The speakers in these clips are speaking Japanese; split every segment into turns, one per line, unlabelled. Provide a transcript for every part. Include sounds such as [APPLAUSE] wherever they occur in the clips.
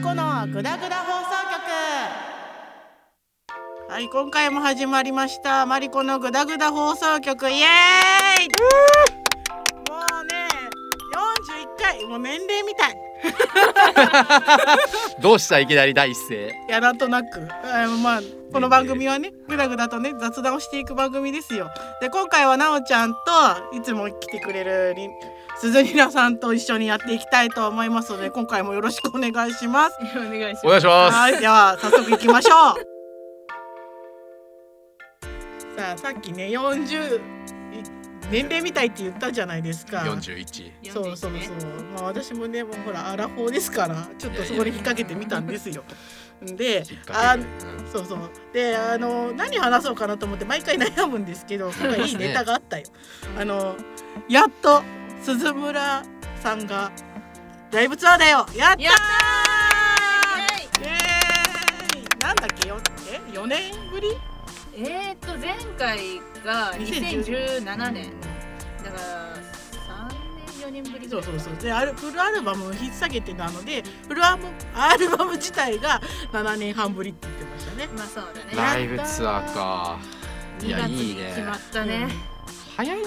子のグダグダ放送局はい今回も始まりましたマリコのグダグダ放送局イエーイもうね41回もう年齢みたい
どうしたいきなり第一
い
声
やなんとなくあのまあこの番組はねグダグダとね雑談をしていく番組ですよで今回はなおちゃんといつも来てくれるり鈴里奈さんと一緒にやっていきたいと思いますので今回もよろしくお願いします
お願いし
お願
ま
い
す。
しま
はい、では早速行きましょう。さあ、さっきね、40い年齢みたいって言ったじゃないですか。
す四十一。
そうそうそう。まあ、私もね、もうほら、アラフォーですから、ちょっとそこに引っ掛けてみたんですよ。で
きっ、か
あ
け、で
そうそう。で、あの、何話そうかなと思って、毎回悩むんですけど、今回いいネタがあったよ。あの、やっと鈴村さんが。ライブツアーだよ。やったー
やっ
イエーイなんだっけよえ4年ぶり
えー、っと前回が2017年だから3年4年ぶりぐ
そ
ら
う
い
そうそうであるフルアルバムを引っ提げてたのでフルアルバムアルバム自体が7年半ぶりって言ってましたね
まあそうだね
うんライブツアーか。い
2
や
月
いい
に
ね
決まったね
早いね。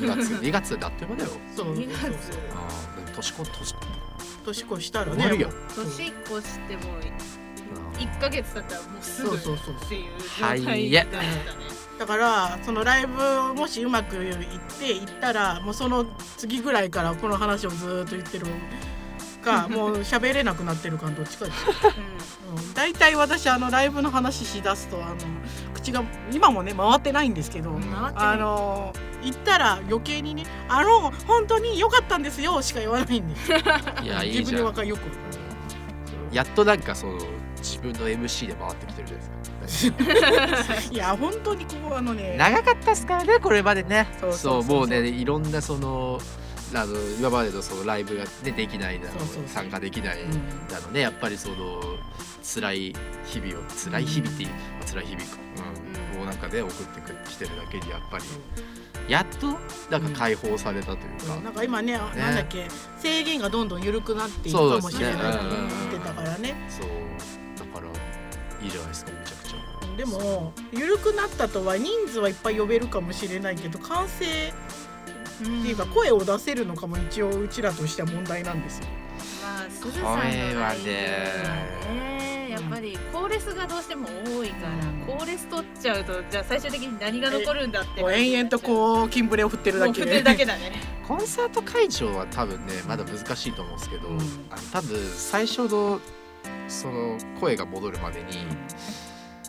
二月二月だってまだよ。
そうそう
2月
そう
ああでも年こ年
年越したら
終
ね
わるよ。
年越しても1ヶ月経ったらもうす
そう
ぐって
そうそう
いう状態だったね
だからそのライブをもしうまくいって行ったらもうその次ぐらいからこの話をずーっと言ってる
[LAUGHS]
かもう喋れなくなってるかどっちかですうん大体私あのライブの話しだすとあの口が今もね回ってないんですけど、
うん回ってない
あの行ったら余計にね「あの本当に良かったんですよ」しか言わないんです
うんいやい
自
いじ
分でわ
ゃん。
かるよく
[LAUGHS] やっとなんかその自分の MC で回ってきてるじゃないですか。
いや本当にこうあのね
長かったっすからねこれまでね
そう
そ
そうそう
う
そう
もうねいろんなそのあの今までのそのライブが、ね、できないなの
そうそうそう
参加できない
うん
なのねやっぱりその辛い日々を辛い日々っていう、まあ辛い日々か、うんをなんかね送ってきてるだけにやっぱりやっとなんか解放されたというか、
なんか今ねなんだっけ制限がどんどん緩くなっていく
そう
か
で
も
す
し
ね
れないって
うん
言ってたからね
そうだからいいじゃないですかめちゃくちゃ
でも緩くなったとは人数はいっぱい呼べるかもしれないけど完成っていうか声を出せるのかも一応うちらとしては問題なんですよ。
まあすずさんのライブはねやっぱりコーレスがどうしても多いからコーレス取っちゃうとじゃあ最終的に何が残るんだって
もう延々とこうキンブレを振ってるだ
もう
け
振ってるだけだね
コンサート会場は多分ねまだ難しいと思うんですけど、
うん
あの多分最初のその声が戻るまでに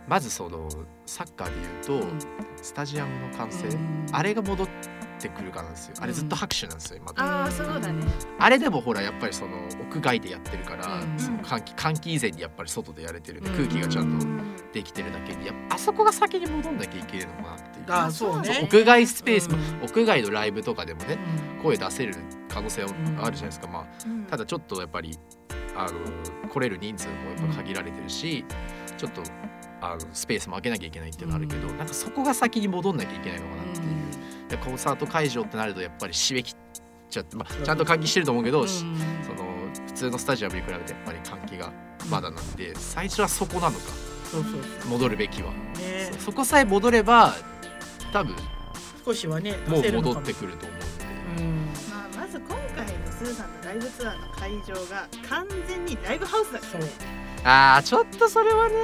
まずそのサッカーで言うと、
うん
スタジアムの歓声、
うん
あれが戻ってくるかなんですよあれずっと拍手なんですよ今、
ああそうだね
あれでもほらやっぱりその屋外でやってるから、
うん
その換気換気以前にやっぱり外でやれてるんで、
うん
空気がちゃんと
うん
できてるだけにやっぱあそこが先に戻んなきゃいけないのかなっていう
あーそうね
屋外スペースも、
うん
屋外のライブとかでもね
うん
声出せる可能性はあるじゃないですか、まあ、
うん
ただちょっとやっぱりあの来れる人数もやっぱ限られてるし、ちょっとあのスペースも空けなきゃいけないっていうのはあるけど、なんかそこが先に戻んなきゃいけないのかなっていう、でコンサート会場ってなるとやっぱり締め切っちゃって、まあ、ちゃんと換気してると思うけど、し
うん
その普通のスタジアムに比べてやっぱり換気がまだなんで最初はそこなのか
そうそう
戻るべきは、
そうね
そそこさえ戻れば多分
少しはね
も
出せ
う
るの
戻
か
ってくると思うんで。
うん
まあ、まず今回のスーさんのライブツアーの会場が完全にライブハウスだからね
あーちょっとそれはね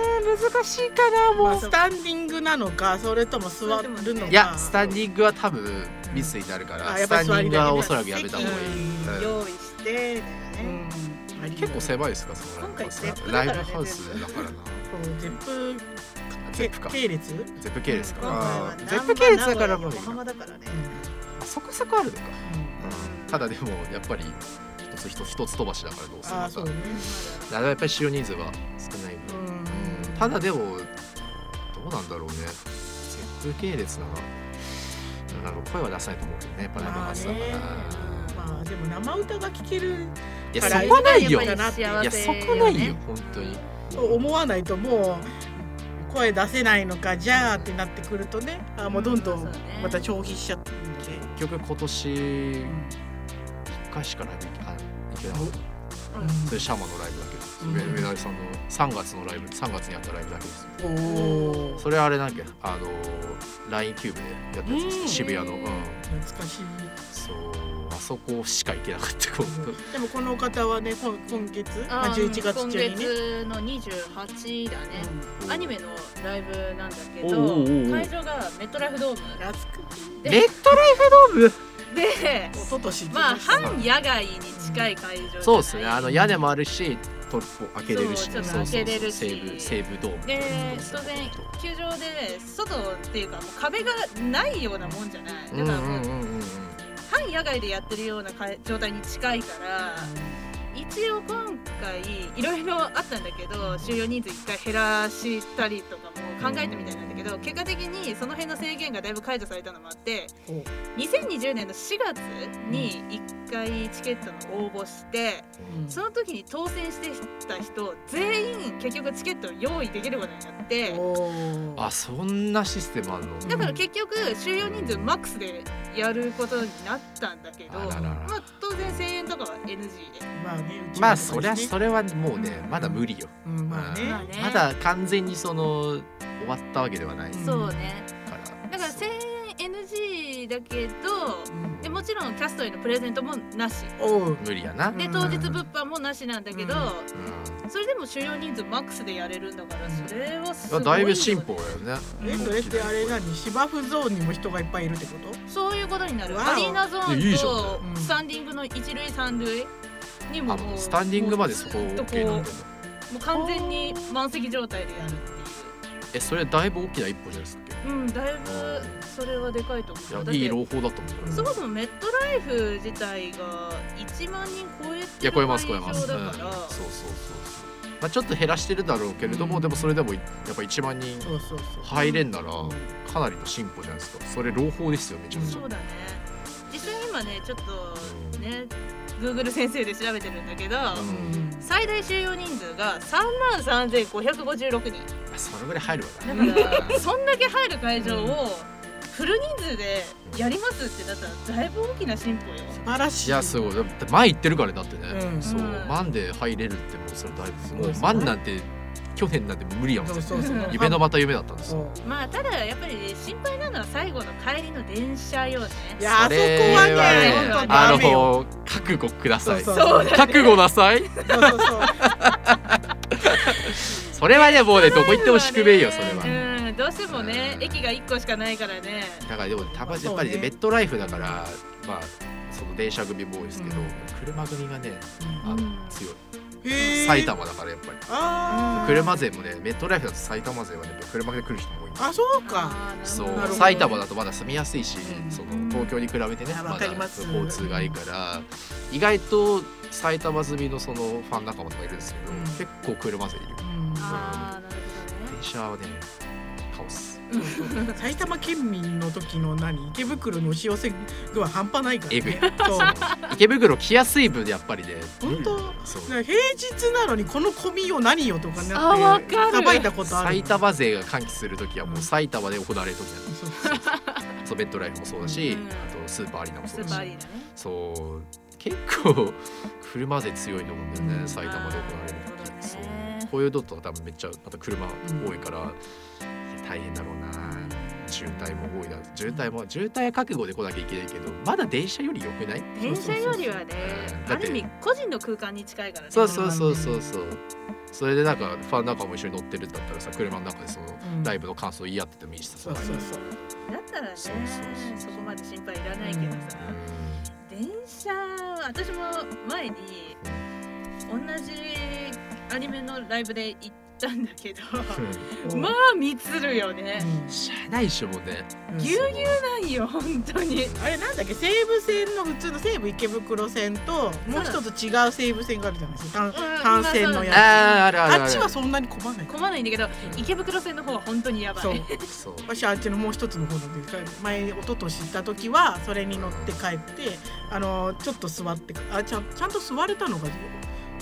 難しいかなもう、
まあスタンディングなのかそれとも座るのか
いやスタンディングは多分ミスになるから、
あや
ス
っぱ
タ
り
ンデ
座りだよね
ィングはおそらくやめた方がいい、うん
用意してみたいなね、
うん
結構狭いですかその
今回ゼップだか
ラ
らね
イブハウスだから
そ
な
うゼップ
ゼップか
系列うん
ゼップ系列か
今回
な
は
ゼ
難
ッ
波
プ系列だからも
名古屋
う
横浜だからね
あそこそこあるのか、うんただでもやっぱり一つ一つ一つ飛ばしだからどうする
ああ
の
そ
か
うね
だからやっぱり使用人数が少ない分、
うん
ただでもどうなんだろうねゼップ系列ならなんか声は出さないと思うけどねやっぱライブハウスだから、
まあでも生歌が聴ける
いや
か
そ
ら
こはないよ
い
い
い
や
なっていう
そこないよ本当に
と思わないともう声出せないのかじゃあってなってくるとねあもうどんど
うんそ
ん
うね
また消費しちゃってるんで
結局今年一回しかライブ行けあ行けなかっ
うん
それシャマのライブだけです、
うん
上上田さんの3月のライブ3月にやったライブだけです
おお
それあれなんだっけあの LINE キューブでやったやつです、
うん
渋谷のうん
懐かしい
そうあそこしか行けなかった今度
でもこの方はねこん今月ま
あ
あ11月中にね
今月の28だね、アニメのライブなんだけど
おうおうおう
会場がメットライフドーム
懐かしい
メットライフドーム
で
一昨年
まあ
は
半野外に近い会場じゃない
そうですねあの屋根もあるしトルコ開けれるし、
そう
そうそうそ
ちょ
う
っと開けれるし
西武西武ドーム
で当然球場で外っていうかもう壁がないようなもんじゃないだ
うんう
か
ん
ら
うん
もう
うんうん
半野外でやってるようなか状態に近いから一応今回いろいろあったんだけど収容人数一回減らしたりとかも考えたみたいなんだけど結果的にその辺の制限がだいぶ解除されたのもあって
お
2020年の4月に1回チケットの応募して
うん
その時に当選してた人全員結局チケットを用意できることになって。
おー
あそんなシステムあんの
だから結局収容人数マックスでやることになったんだけど
あららら
まあ当然1000円とかは NG で
まあねうち
ま
ら
あ
と
そ
か
りゃ
ですね
それはもうねまだ無理よ
うんまあね
まあね
まだ完全にその終わったわけではないか
そうね
ら
だから1000円 NG だけど
うん
でもちろんキャストへのプレゼントもなし
おう
無理やな、
で
うん
当日物販もなしなんだけど
う
それでも収容人数マックスでやれるんだからそれはす
う
ごい
ん、
よ
だいぶ進歩だよね
えそれってあれ何芝生ゾーンにも人がいっぱいいるってこと
そういうことになる
わお
アリーナゾ
いやい
ー
い
ン
じゃん
と
うん
スタンディングの一塁三塁にも
あ
も
の
う
スタンディングまでそこ
ずっ
OK な
と
んだよね
もう完全に満席状態でやるっていう。
えそれだいぶ大きな一歩じゃないですか
うん、だいぶそれはでかいと思う。だっ
いやい
て
い朗報だと思う
そもそもメットライフ自体が1万人超えてる
いや超えます超えます、
会場
うん
だ
そうそう
から、
そうそうまあ、ちょっと減らしてるだろうけれども、
うん
でもそれでもやっぱ1万人
そうそうそう
入れんなら
うん
かなりの進歩じゃないですかそれ朗報ですよめちゃめちゃ、
そうだね。実際に今ね、ちょっとね、Google 先生で調べてるんだけど、
うん
最大収容人数が3万3556人。
それぐらい入るわな
だから、そんだけ入る会場をフル人数でやりますってなったら、だいぶ大きな進歩よ。
素晴らしい
[LAUGHS] いやすごいだって前行ってるからねだってね、
うん
そう
うん
万で入れるってもうそれだいぶも
そううそう
万なんて去年なんて無理やもん
そう
絶
そうそう
対夢のまた夢だったんです
そ
よ
う
[LAUGHS]
まあただやっぱり心配なのは最後の帰りの電車よね。
いやあそこは
れ
ね
はね
本当
あ
ダメよ
の覚悟ください
そう
そうだ
覚悟なさい
そうそうそう
それはねもうねどこ行っても宿命よそれは、
うん、どうしてもね
うん
駅が一個しかないからね。
だからでもたま
そうね
やっぱりねベッドライフだからまあその電車組も多いですけど、
うん
車組がねあの
うん
強い、
へー
埼玉だからやっぱり
あー
車勢もねベッドライフだと埼玉勢はね車で来る人も多いんですよ
あそうか
あー
そ
なるほど
う
なるほど
埼玉だとまだ住みやすいし、
うん
その東京に比べてね、
あ
ま
わ
だ
かります
交通がいいから意外と埼玉住みのそのファン仲間とかいるんですけど、
うん
結構車勢いる
うん
あーなる
電車はねカオス
埼玉県民の時の何池袋の押し寄せ具は半端ないから
えぐい
ねそうだか
[LAUGHS] 池袋来やすい分やっぱりね
本当
そう
ら平日なのにこの込みよ何よとかね
あわかる
さばいたことある
埼玉勢が歓喜するときはもう
うん
埼玉で行われるときなんで
そうそうそう
[LAUGHS] すそうベッドライフもそうだし、
うん
あとスーパーアリーナも
ほ
そ
ど
う
ね。
だ
スーパーア
し
リーナね。
そう結構車勢強いと思うんだよね、
うん
埼玉で行われる
あーなるほどね
時そうこういうとことか多分めっちゃまた車多いから、大変だろうな渋滞も多いな渋滞も渋滞は覚悟で来なきゃいけないけどまだ電車より良くない
電車よりはね
そうそうそう、だっ
あ
て
る意味個人の空間に近いからね。
そうそうそうそうそうそれでなんかファン仲間も一緒に乗ってるんだったらさ車の中でその
うん
ライブの感想言い合っててもいいしさ、
そうそうそう
だったらね、
そ
そう
そうそう
こまで心配いらないけどさ。電車私も前に同じアニメのライブで行ったんだけど
そう
まあ見つるよね
うん
[LAUGHS] 車内でしょもうね
うん
ぎゅうぎゅうなんよ本当に
あれなんだっけ西武線の普通の西武池袋線ともう一つ違う西武線があるじゃないですか
うん
単単線の
あ
やつ
ーあるあるある
あっちはそんなに混まない
混まないんだけど池袋線の方は本当にやばい
そう
そう
私はあっちのもう一つの方なんです前一昨年行った時はそれに乗って帰ってあのちょっと座ってあちゃんちゃんと座れたのが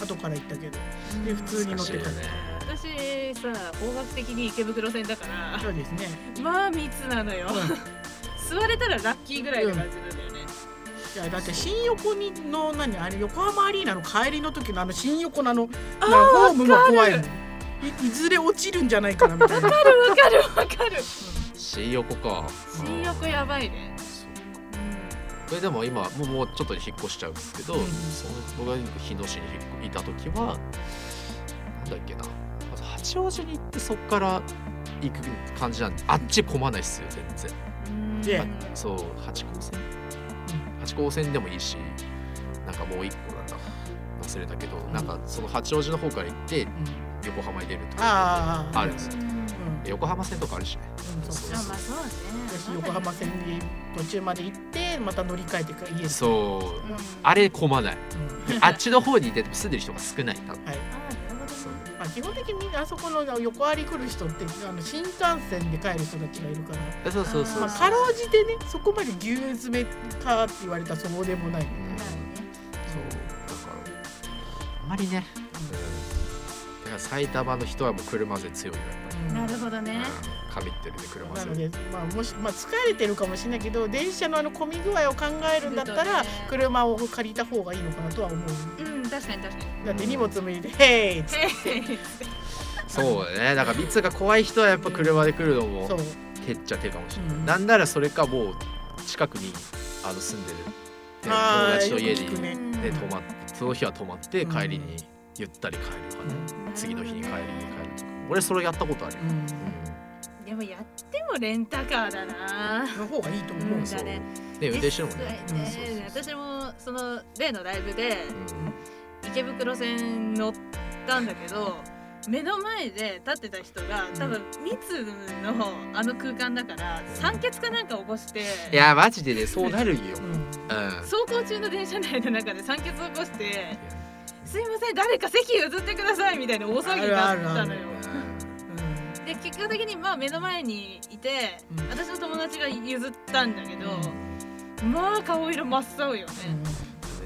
後から行ったけどで普通に乗って帰っ
懐
た
かしいよね
私さ方角的に池袋線だから
そうですね
まあ密なのよ、座れたらラッキーぐらいの感じなんだよね、
いやだって新横にの何あれ横浜アリーナの帰りの時のあの新横のあのなホームが怖いもんいいずれ落ちるんじゃないかなみたいな
わかるわかるわかる
新横か
新横やばいね
そうこれでも今もうもうちょっとで引っ越しちゃうんですけど、
うん
その僕が日野市に引っ越いた時はなんだっけなまず八王子に行ってそっから行く感じなんであっち混まないっすよ全然
うん
で
そう八高線、八高線でもいいしなんかもう一個なんだ忘れたけど、なんかその八王子の方から行って
うん
横浜に出るとか
ああ
あるんですよ
うん
うん
横浜線とかあるしね
うんそう
あまあそうね
私横浜線に途中まで行ってまた乗り換えてから家に
そう
うん
あれ混まない
うん
あっちの方にいて住んでる人が少ない多分
はい
あなるほどね
そう
まあ、基本的にみんなあそこの横あり来る人ってあの新幹線で帰る人たちがいるから、
そうそうそう
まあ、かろうじてねそこまで牛詰めかって言われたらそうでもない、
うん
うん
そうだからあんまりね、うん、だから埼玉の人はもう車勢強いよやっぱり
なるほどね
うん神ってるで車
な
勢
ので、まあ、もし、まあ、疲れてるかもしれないけど電車のあの混み具合を考えるんだったら、
そうね
車を借りた方がいいのかなとは思う
うん確かに確かに
だって荷物も入れて「へい!」っつって
そうだねだから密が怖い人はやっぱ車で来るのも
そう
てっちゃ手かもしれない、
うん
なんならそれかもう近くにあの住んでる、ね友達と家
あーよく聞く
に、
ね
ね、
うん
泊まってその日は泊まって
うん
帰りにゆったり帰るかね、次の日に帰りに帰るとか俺それやったことあるよ、
うん
でもやってもレンタカーだな
の方がいいと
う
思う、
うんんだね
そうね運転してるもんね
実際ね
うんそう
私もその例のライブで
そううん
池袋線乗ったんだけど目の前で立ってた人が多分密のあの空間だから酸欠かなんか起こして
いやマジでねそうなるんよ、うん
うん
走行中の電車内の中で酸欠を起こして「すいません誰か席譲ってください」みたいな大騒ぎになったのよ。で結果的にまあ目の前にいて
うん
私の友達が譲ったんだけどまあ顔色真っ青よね。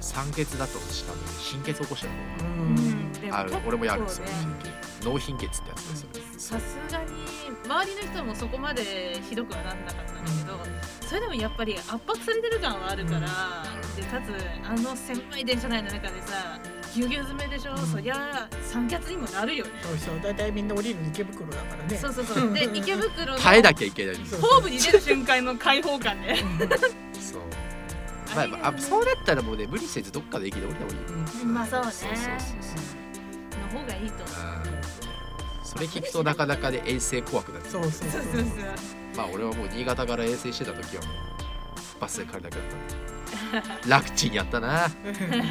酸欠だとしたら貧血起こしたの
うん
う
うん
ん、でも
ある俺もやるんです
結
よ、
構ね
脳貧血ってやつですよね
さすがに周りの人もそこまでひどくはなんなかったんだけどそれでもやっぱり圧迫されてる感はあるからでかつあの狭い電車内の中でさぎゅうぎゅう詰めでしょそりゃ三脚にもなるよね
そうそう大体みんな降りるの池袋だからね
そうそうそうで池袋の
耐えなきゃいけないんです
そう
よ
ホームに出る瞬間の開放感ね
そう
あ
まあ
れがね
まあそうだったらもうね無理せずどっかで駅で降りた方がいいよ
うん
まあそうね
そうそうそうそう
の方がいいと思う
うんそれ聞くとなかなかね遠征怖くなっちゃう
そうそう
そうそうそう
まあ俺はもう新潟から遠征してた時はもうバスで帰りたくなったんで楽ちんやったないや [LAUGHS] 本当に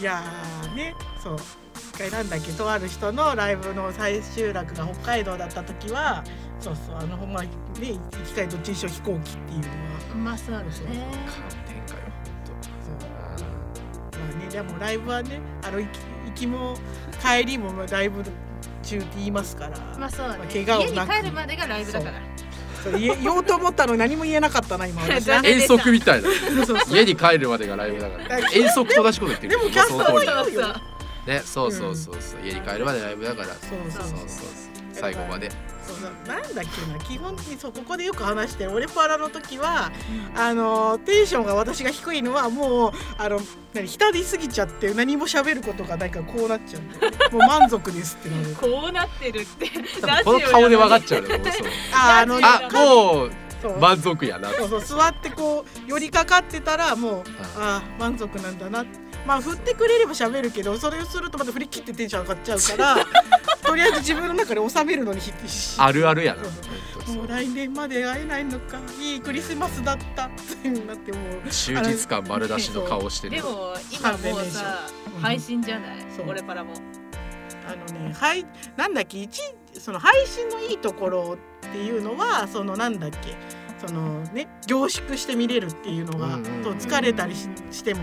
いやーねそう一回なんだっけとある人のライブの最終楽が北海道だった時はそうそうあのほんまね行き帰りどっちにしろ飛行機っていうのは
まあそうだね
感展開は
そう
本当
まあねでもライブはねあの行き行きも帰りもまあライブ中って言いますから、
まあそうだね
怪
家
我を
に
なく
帰るまでがライブだから
[LAUGHS] そう言え言おうと思ったのに何も言えなかったな [LAUGHS] 今私
残念
遠足みたいな
そうそう
家に帰るまでがライブだから遠足と同じこと言ってる
でもキャストも
その通り
言う
だ
そうそう
ねそうそうそうそう家に帰るまでライブだからそう
そうそう
そうそう最後まで
そうななんだっけな基本的にそうここでよく話してる俺パラの時はあのテンションが私が低いのはもうあの何浸りすぎちゃって何も喋ることがないからこうなっちゃうんだよもう満足ですってな
[LAUGHS]
る
こうなってるって
多分この顔で分かっちゃうのもうそう
あーあの
あもう
そう
満足やな
そうそう座ってこう寄りかかってたらもうああ
あ
満足なんだなまあ振ってくれれば喋るけどそれをするとまた振り切ってテンション上がっちゃうから
[LAUGHS]
とりあえず自分の中で収めるのに必死
あるあるやな
そう
本当に
もう来年まで会えないのかいいクリスマスだったってなってもう
そう忠実感丸出しの顔してる
でも今もうさ
うん
配信じゃない
そう
俺パラも
あのね、はい、なんだっけ、一、その配信のいいところっていうのは、そのなんだっけ。そのね、凝縮して見れるっていうのが、
うんうんうん
そう疲れたりししても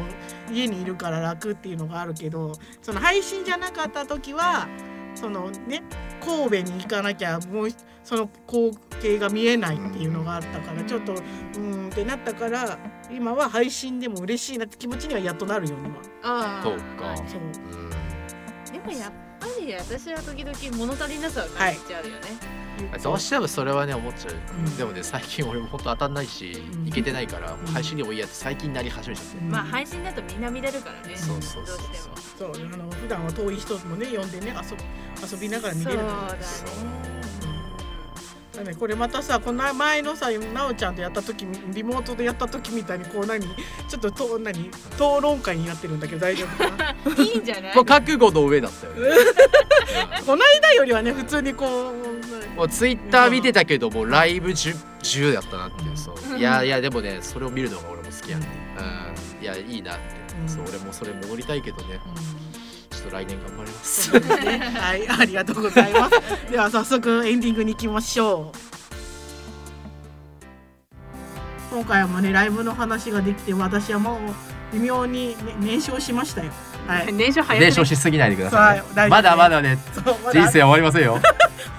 家にいるから楽っていうのがあるけどその配信じゃなかった時はそのね神戸に行かなきゃもうその光景が見えないっていうのがあったからちょっとうーんってなったから今は配信でも嬉しいなって気持ちにはやっとなるようには
ああ
そうか
そう
うん
でもやっぱり私は時々物足りなさは感じちゃうよね、
どうしてもそれはね思っちゃう、
うん
でもね最近俺も本当当たんないし、
ん
いけてないから、もう配信でもいいやって最近なり始めちゃって、
うん
まあ配信だとみんな見れるからね
そうそうそう
どうして
そう
も
そうあの普段は遠い人もね呼んでね遊遊びながら見れる
そう
と
だね
だねこれまたさこの前のさなおちゃんとやった時リモートでやった時みたいにこう何ちょっとと何討論会になってるんだけど大丈夫かな
いいんじゃな
[LAUGHS]
い
もう覚悟の上だったよね、
この間よりはね普通にこう
うんもうツイッター見てたけどもうライブ 10, 10やったなっていううんそういやいやでもねそれを見るのが俺も好きやねうんいやいいなって、
うん
そう俺もそれ戻りたいけどねちょっと来年頑張ります
そうですねはいありがとうございますでは早速エンディングに行きましょう今回もねライブの話ができて私はもう微妙に、ね、燃焼しましたよはい
年少早
伝承
く
し
ね
すぎないでくだ
さ
さ
い
い、
はい大丈夫まだ
まだ
ま
まだね
そうまだ
人生終わりませんよ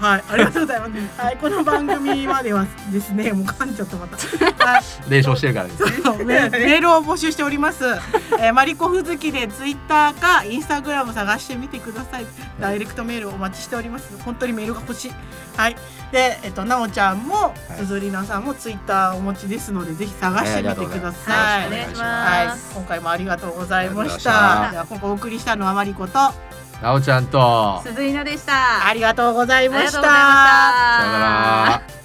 はい、ありがとうございます。はい、この番組はではですね、もう噛んじゃったまた。 [LAUGHS] はい
伝承してるからです
そうメールメールを募集しており [LAUGHS] ます。えーマリコフズキでツイッターかインスタグラム探してみてください。ダイレクトメールお待ちしております。本当にメールが欲しい。はい。で、えっとなおちゃんも
い
すずりなさんもツイッターお持ちですので、ぜひ探してみてください。
お
お
願
願
い
い
し
し
は
ま
い
す、、
今回もありがとうございました。
あ
り
で
が
は、ここお送りしたのはマリコと、
なおちゃんとさよ
鈴井菜でした
ありがとうござい
あり
ま
が
し
とうございました
た。
なら